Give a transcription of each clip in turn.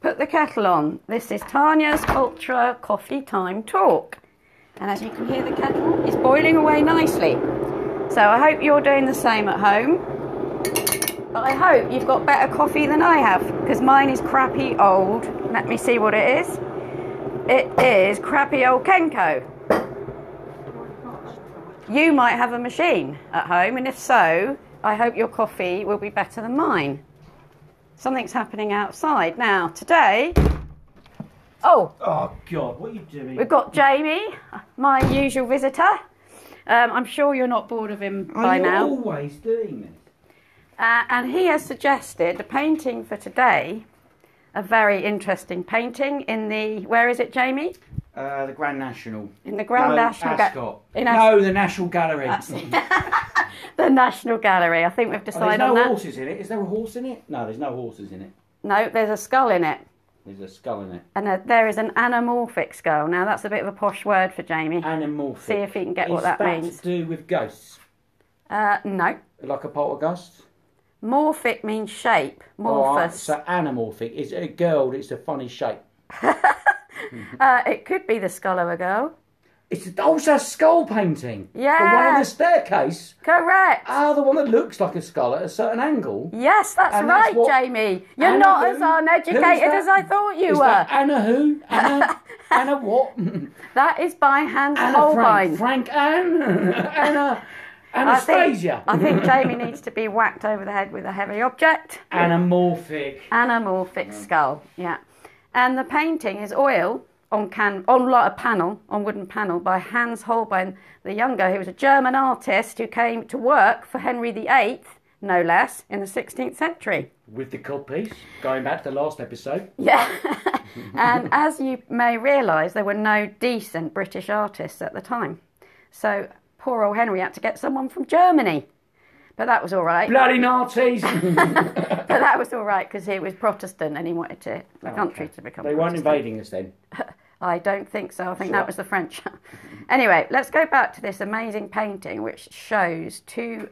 put the kettle on. This is Tanya's Ultra Coffee Time Talk. And as you can hear, the kettle is boiling away nicely. So I hope you're doing the same at home. But I hope you've got better coffee than I have because mine is crappy old. Let me see what it is. It is crappy old Kenko. You might have a machine at home, and if so, I hope your coffee will be better than mine. Something's happening outside. Now, today, oh, Oh God, what are you doing? We've got Jamie, my usual visitor. Um, I'm sure you're not bored of him are by you now. always doing this? Uh, and he has suggested a painting for today, a very interesting painting in the, where is it, Jamie? Uh, the Grand National. In the Grand no, National Ga- Ascot. in no, the National Gallery. the National Gallery. I think we've Oh, there's decided no on that. horses in it. Is there a horse in it? No, there's no horses in it. No, there's a skull in it, There's a skull in it. and a, there is an anamorphic skull. Now, that's a bit of a posh word for Jamie. Anamorphic. See if you can get is what that means. to do with ghosts? Uh, no. Like a poltergeist? Morphic means shape, Alright, morphous. so anamorphic is a girl. It's a funny shape. Uh, it could be the skull of a girl. It's also a skull painting. The one on Yeah. the staircase. Correct. Ah, the one that looks like a skull at a certain angle. Yes, that's And that's right, what- Jamie. You're Anna not who? as Who is uneducated that? as I thought you Is were. that Anna who? Anna, Anna what? that is by Hans Anna Holbein. Frank. Frank Anne. Anna. I think, Anastasia. I think Jamie needs to be whacked over the head with a heavy object. Anamorphic. Anamorphic skull. Yeah. And the painting is oil on can on like a panel on wooden panel by Hans Holbein the Younger, who was a German artist who came to work for Henry VIII, no less, in the 16th century. With the codpiece. Going back to the last episode. Yeah. and as you may realise, there were no decent British artists at the time. So poor old Henry had to get someone from Germany. But that was all right. Bloody Nazis. But that was all right because he was Protestant and he wanted to, the country to become Oh, they weren't Protestant. invading us then. I don't think so. I think that was the French. anyway, let's go back to this amazing painting which shows two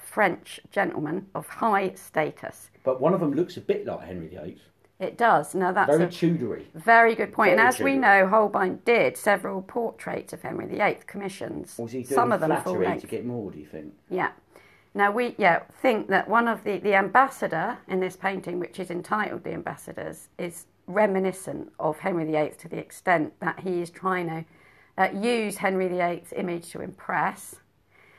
French gentlemen of high status. But one of them looks a bit like Henry VIII. It does. Now that's Very a Tudory. Very good point. and Very as we true. know, Holbein did several portraits of Henry VIII commissions. Was he doing Some of them full flattery length. to get more, do you think? Yeah. Now we yeah think that one of the the ambassador in this painting, which is entitled "The Ambassadors," is reminiscent of Henry VIII to the extent that he is trying to uh, use Henry VIII's image to impress.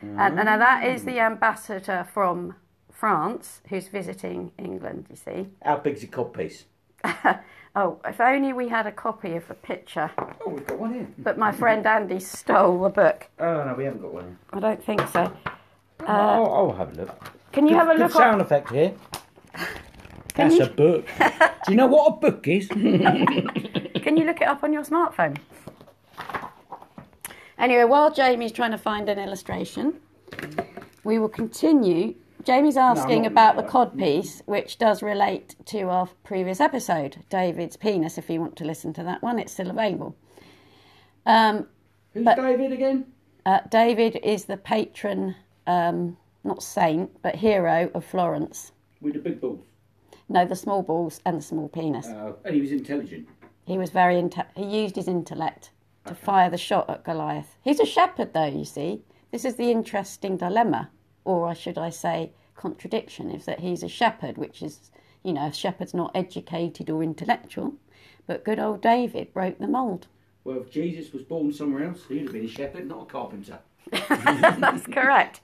Uh, And, and now that is the ambassador from France who's visiting England. You see. How big's the codpiece? Oh, if only we had a copy of the picture. Oh, we've got one here. But my friend Andy stole the book. Oh, no, we haven't got one here. I don't think so. Uh, I'll, I'll have a look. Can you have a Good look on? sound effect here. That's a book. Do you know what a book is? Can you look it up on your smartphone? Anyway, while Jamie's trying to find an illustration, we will continue. Jamie's asking not- about the codpiece, which does relate to our previous episode, David's penis. If you want to listen to that one, it's still available. Um, Who's David again? Uh, David is the patron, um, not saint, but hero of Florence. With the big balls. No, the small balls and the small penis. Uh, and he was intelligent. He was very inte- he used his intellect to fire the shot at Goliath. He's a shepherd, though. You see, this is the interesting dilemma, or I should I say, contradiction, is that he's a shepherd, which is you know, a shepherd's not educated or intellectual, but good old David broke the mould. Well, if Jesus was born somewhere else, he'd have been a shepherd, not a carpenter. That's correct.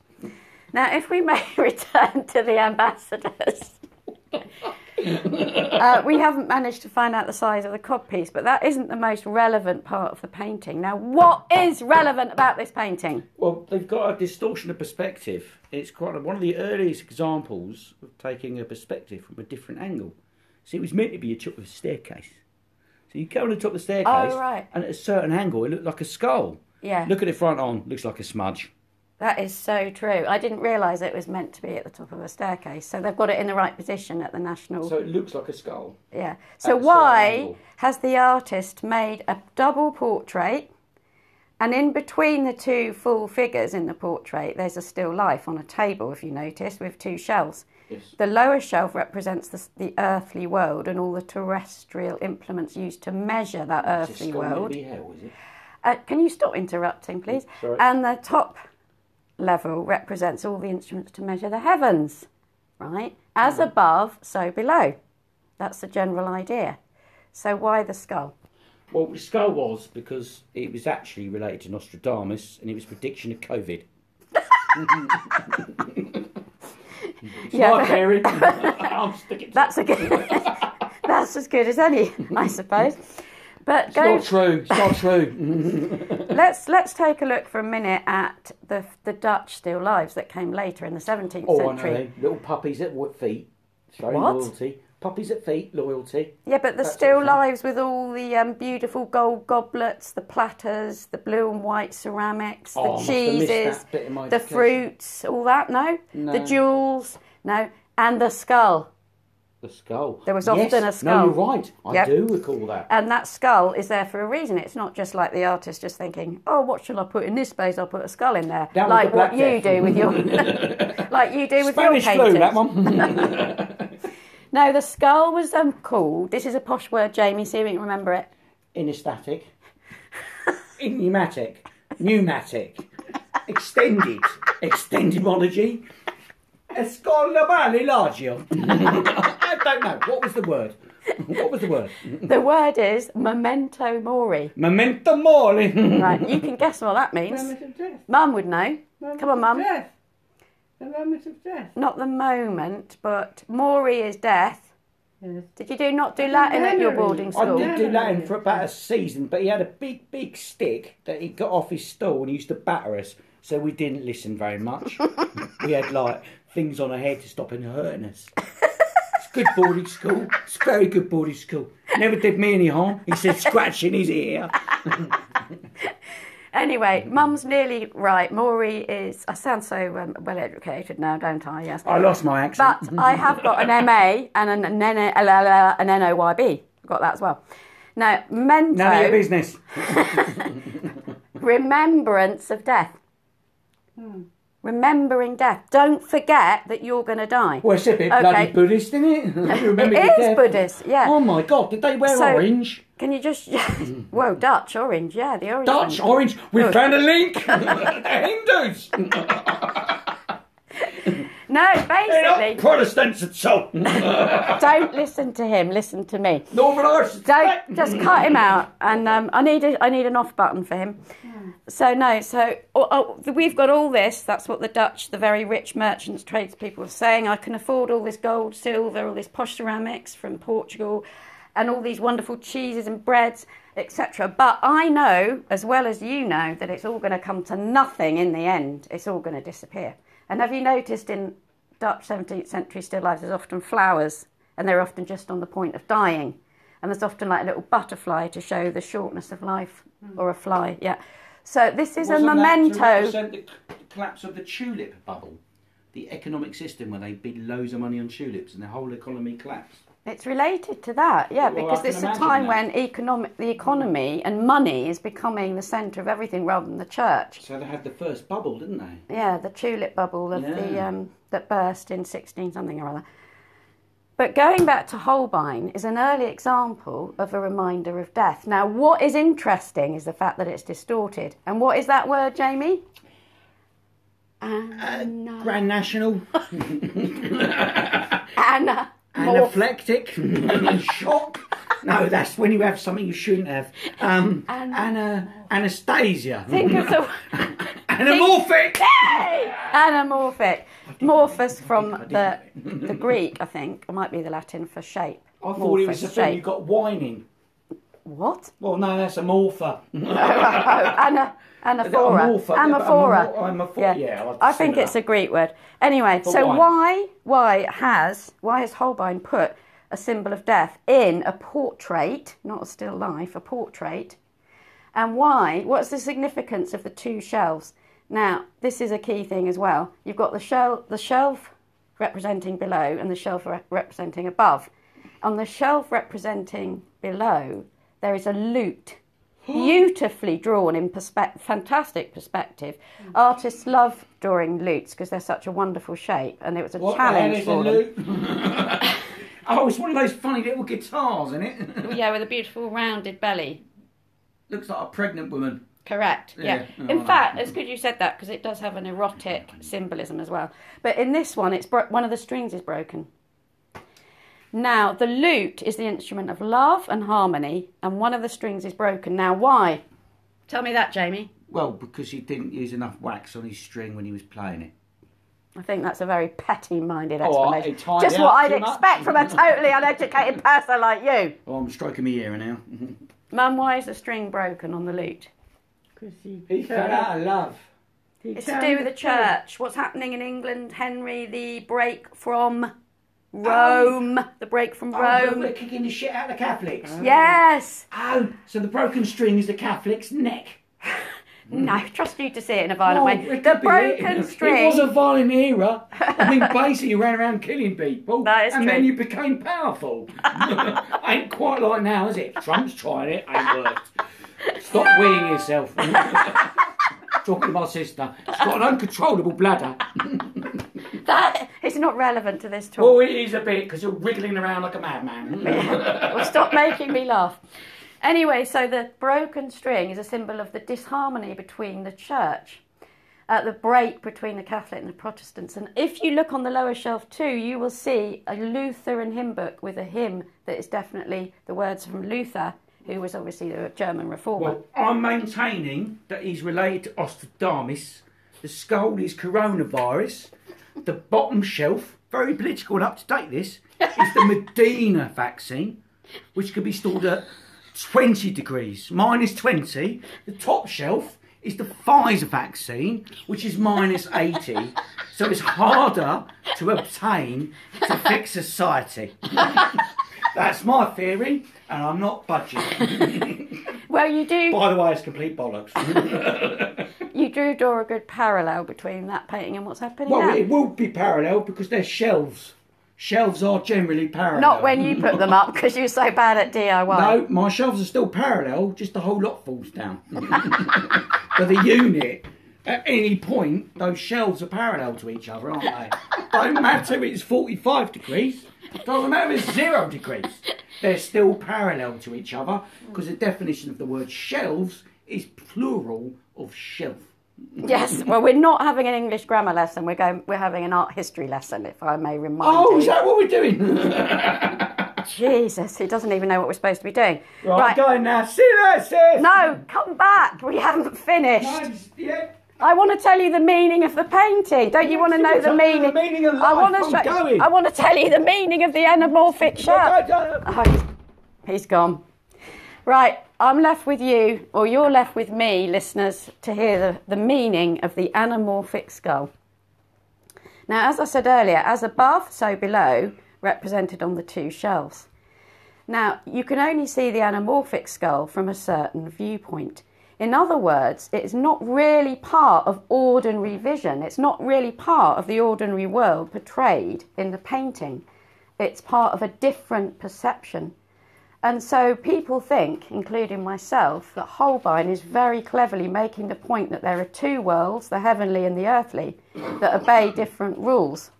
Now, if we may return to the ambassadors, uh, we haven't managed to find out the size of the codpiece, but that isn't the most relevant part of the painting. Now, what is relevant about this painting? Well, they've got a distortion of perspective. It's quite one of the earliest examples of taking a perspective from a different angle. So it was meant to be a top of a staircase. So you go on the top of the staircase, Oh, right. and at a certain angle, it looked like a skull. Yeah. Look at the front on, looks like a smudge. That is so true. I didn't realise it was meant to be at the top of a staircase, so they've got it in the right position at the National. So it looks like a skull. yeah. So at a certain why angle. has the artist made a double portrait, and in between the two full figures in the portrait, there's a still life on a table, if you notice, with two shells. Yes. The lower shelf represents the, s- the earthly world and all the terrestrial implements used to measure that It's earthly just gone world. to be hell, is it? Uh, can you stop interrupting, please? Sorry. And the top level represents all the instruments to measure the heavens, right? Hmm. As above, so below. That's the general idea. So why the skull? Well, the skull was because it was actually related to Nostradamus and it was prediction of COVID. Yeah. Hi, Mary. I'm sticking to That's a good. that's as good as any, I suppose. But it. go, Not true. It's not true. let's let's take a look for a minute at the the Dutch still lives that came later in the 17th oh, I know. century. them. Little puppies at wo- feet. Showing What? loyalty. Puppies at feet, loyalty. Yeah, but the That's still all fine. lives with all the um, beautiful gold goblets, the platters, the blue and white ceramics, Oh, I must the have missed that cheeses, bit in my the education. fruits, all that. No? No. the jewels. No, and the skull. The skull. There was Yes. often a skull. No, you're right. I Yep. do recall that. And that skull is there for a reason. It's not just like the artist just thinking, "Oh, what shall I put in this space? I'll put a skull in there," That was like the Black what you Death. do with your, like you do with Spanish your flu, paintings. that one. No, the skull was um, called. This is a posh word, Jamie. See if you can remember it. Inesthetic. Pneumatic. Pneumatic. Extended. Extendimology. Escolabale largio. I don't know. What was the word? What was the word? The word is memento mori. Memento mori. Right, you can guess what that means. Moment of death. Mum would know. Moment Come on, of Mum. Death. The moment of death. Not the moment, but Maury is death. Yes. Did you do not do Latin at your Memory. boarding I school? did do Latin for about a season, but he had a big, big stick that he got off his stall and he used to batter us, so we didn't listen very much. we had like things on our head to stop him hurting us. It's good boarding school. It's very good boarding school. Never did me any harm. He said scratching his ear. Anyway, Mum's nearly right. Maury is. I sound so um, well educated now, don't I? Yes. I lost my accent. But I have got an MA and an, an, NA an NOYB. I've got that as well. Now, mento, None of your business. remembrance of death. Hmm. Remembering death. Don't forget that you're going to die. Worship it, bloody Buddhist, isn't it? You remember It your is death. Buddhist, yeah. Oh my God! Did they wear So- orange? Can you just. Whoa, Dutch, orange, yeah, the orange. Mm. Dutch one. orange. We found a link. They're Hindus. No, They're not basically, Protestants at all. don't listen to him, listen to me. Northern Irish. Don't just cut him out, and um, I need a, I need an off button for him. So no, so oh, oh, we've got all this. That's what the Dutch, the very rich merchants, tradespeople are saying. I can afford all this gold, silver, all this posh ceramics from Portugal, and all these wonderful cheeses and breads, etc. But I know, as well as you know, that it's all going to come to nothing in the end. It's all going to disappear. And have you noticed in Dutch 17th century still lives, there's often flowers, and they're often just on the point of dying and there's often like a little butterfly to show the shortness of life Hmm. or a fly yeah so this is a memento The collapse of the tulip bubble, the economic system where they bid loads of money on tulips and the whole economy collapsed. it's related to that yeah Well, I because can this is a imagine time that. when economic the economy and money is becoming the center of everything rather than the church So they had the first bubble, didn't they? yeah the tulip bubble of the Yeah. um, that burst in 16 something or other but going back to Holbein is an early example of a reminder of death. Now, what is interesting is the fact that it's distorted. And what is that word, Jamie? Grand National, Uh, Anna. anaphlectic, shock. No, that's when you have something you shouldn't have. Um, ana- Anastasia. Think of the Anamorphic. Hey! anamorphic, morphous from the the Greek, I think, or might be the Latin for shape. I thought it was a Morphous, thing you shape. got whining. What? Well, no, that's a morpher. Oh, ana, anaphora. Amorpha, yeah, but Amaphora. amor- amorph- yeah, I'd I think similar. it's a Greek word. Anyway, so why? why why has why has Holbein put a symbol of death in a portrait, not a still life, a portrait? And why? What's the significance of the two shelves? Now, this is a key thing as well. You've got the shell, the shelf representing below, and the shelf re- representing above. On the shelf representing below, there is a lute, beautifully drawn in perspe- fantastic perspective. Artists love drawing lutes because they're such a wonderful shape, and it was a What challenge the hell for is them. a loop? oh, it's one of those funny little guitars, isn't it? Yeah, with a beautiful rounded belly. Looks like a pregnant woman. Correct. Yeah. Yeah. oh, In fact, it's good you said that because it does have an erotic symbolism as well. But in this one, it's bro- one of the strings is broken. Now, the lute is the instrument of love and harmony, and one of the strings is broken. Now, why? Tell me that, Jamie. Well, because he didn't use enough wax on his string when he was playing it. I think that's a very petty-minded Oh, I- explanation. it tied Just out what I'd too much. expect from a totally uneducated person like you. Oh, I'm stroking my ear now. Mum, why is the string broken on the lute? Because he, he fell out of love. he It's to do turned with the church. church. What's happening in England, Henry? The break from Rome. the break from Oh, Rome. we're kicking the shit out of the Catholics. Uh. Yes. Oh, so the broken string is the Catholic's neck. No, I trust you to see it in a violent Oh, way. it The could be broken it. string. It was a violent era. I mean, basically, you ran around killing people. That is and true. then you became powerful. ain't quite like now, is it? Trump's trying it, ain't worked. Stop weeing yourself. Talking to my sister. She's got an uncontrollable bladder. That is not relevant to this talk. Oh, it is a bit, because you're wriggling around like a madman. well, stop making me laugh. Anyway, so the broken string is a symbol of the disharmony between the church, uh, the break between the Catholic and the Protestants. And if you look on the lower shelf too, you will see a Lutheran hymn book with a hymn that is definitely the words from Luther, who was obviously a German reformer. well, I'm maintaining that he's related to Ostradamus. The skull is coronavirus. The bottom shelf, very political and up to date, this is the Medina vaccine, which can be stored at 20 degrees, minus 20. The top shelf is the Pfizer vaccine, which is minus 80. So it's harder to obtain to fix society. That's my theory, and I'm not budging. Well, you do By the way, it's complete bollocks. you do draw a good parallel between that painting and what's happening well, now. it will be parallel because they're shelves. Shelves are generally parallel. Not when you put them up because you're so bad at DIY. No, my shelves are still parallel, just the whole lot falls down. but the unit, at any point, those shelves are parallel to each other, aren't they? Don't matter if it's 45 degrees, doesn't matter if it's zero degrees, they're still parallel to each other because the definition of the word shelves is plural of shelf. Yes, well, we're not having an English grammar lesson. We're going. We're having an art history lesson, if I may remind Oh, you. is that what we're doing? Jesus, he doesn't even know what we're supposed to be doing. Right, I'm going now. See you later, sis. No, come back. We haven't finished. Nice, yeah. I want to tell you the meaning of the painting. Don't you want to You know the don't know the meaning? meaning of I life. want to. I'm going. I want to tell you the meaning of the anamorphic shell. Oh, he's- he's gone. Right, I'm left with you, or you're left with me, listeners, to hear the, the meaning of the anamorphic skull. Now, as I said earlier, as above, so below, represented on the two shelves. Now, you can only see the anamorphic skull from a certain viewpoint. In other words, it's not really part of ordinary vision. It's not really part of the ordinary world portrayed in the painting. It's part of a different perception. And so people think, including myself, that Holbein is very cleverly making the point that there are two worlds, the heavenly and the earthly, that obey different rules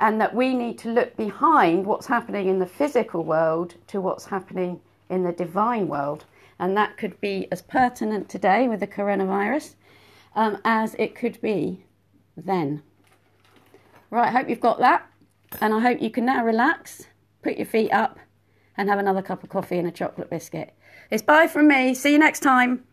and that we need to look behind what's happening in the physical world to what's happening in the divine world. And that could be as pertinent today with the coronavirus um, as it could be then. Right, I hope you've got that. And I hope you can now relax, put your feet up, and have another cup of coffee and a chocolate biscuit. It's bye from me. See you next time.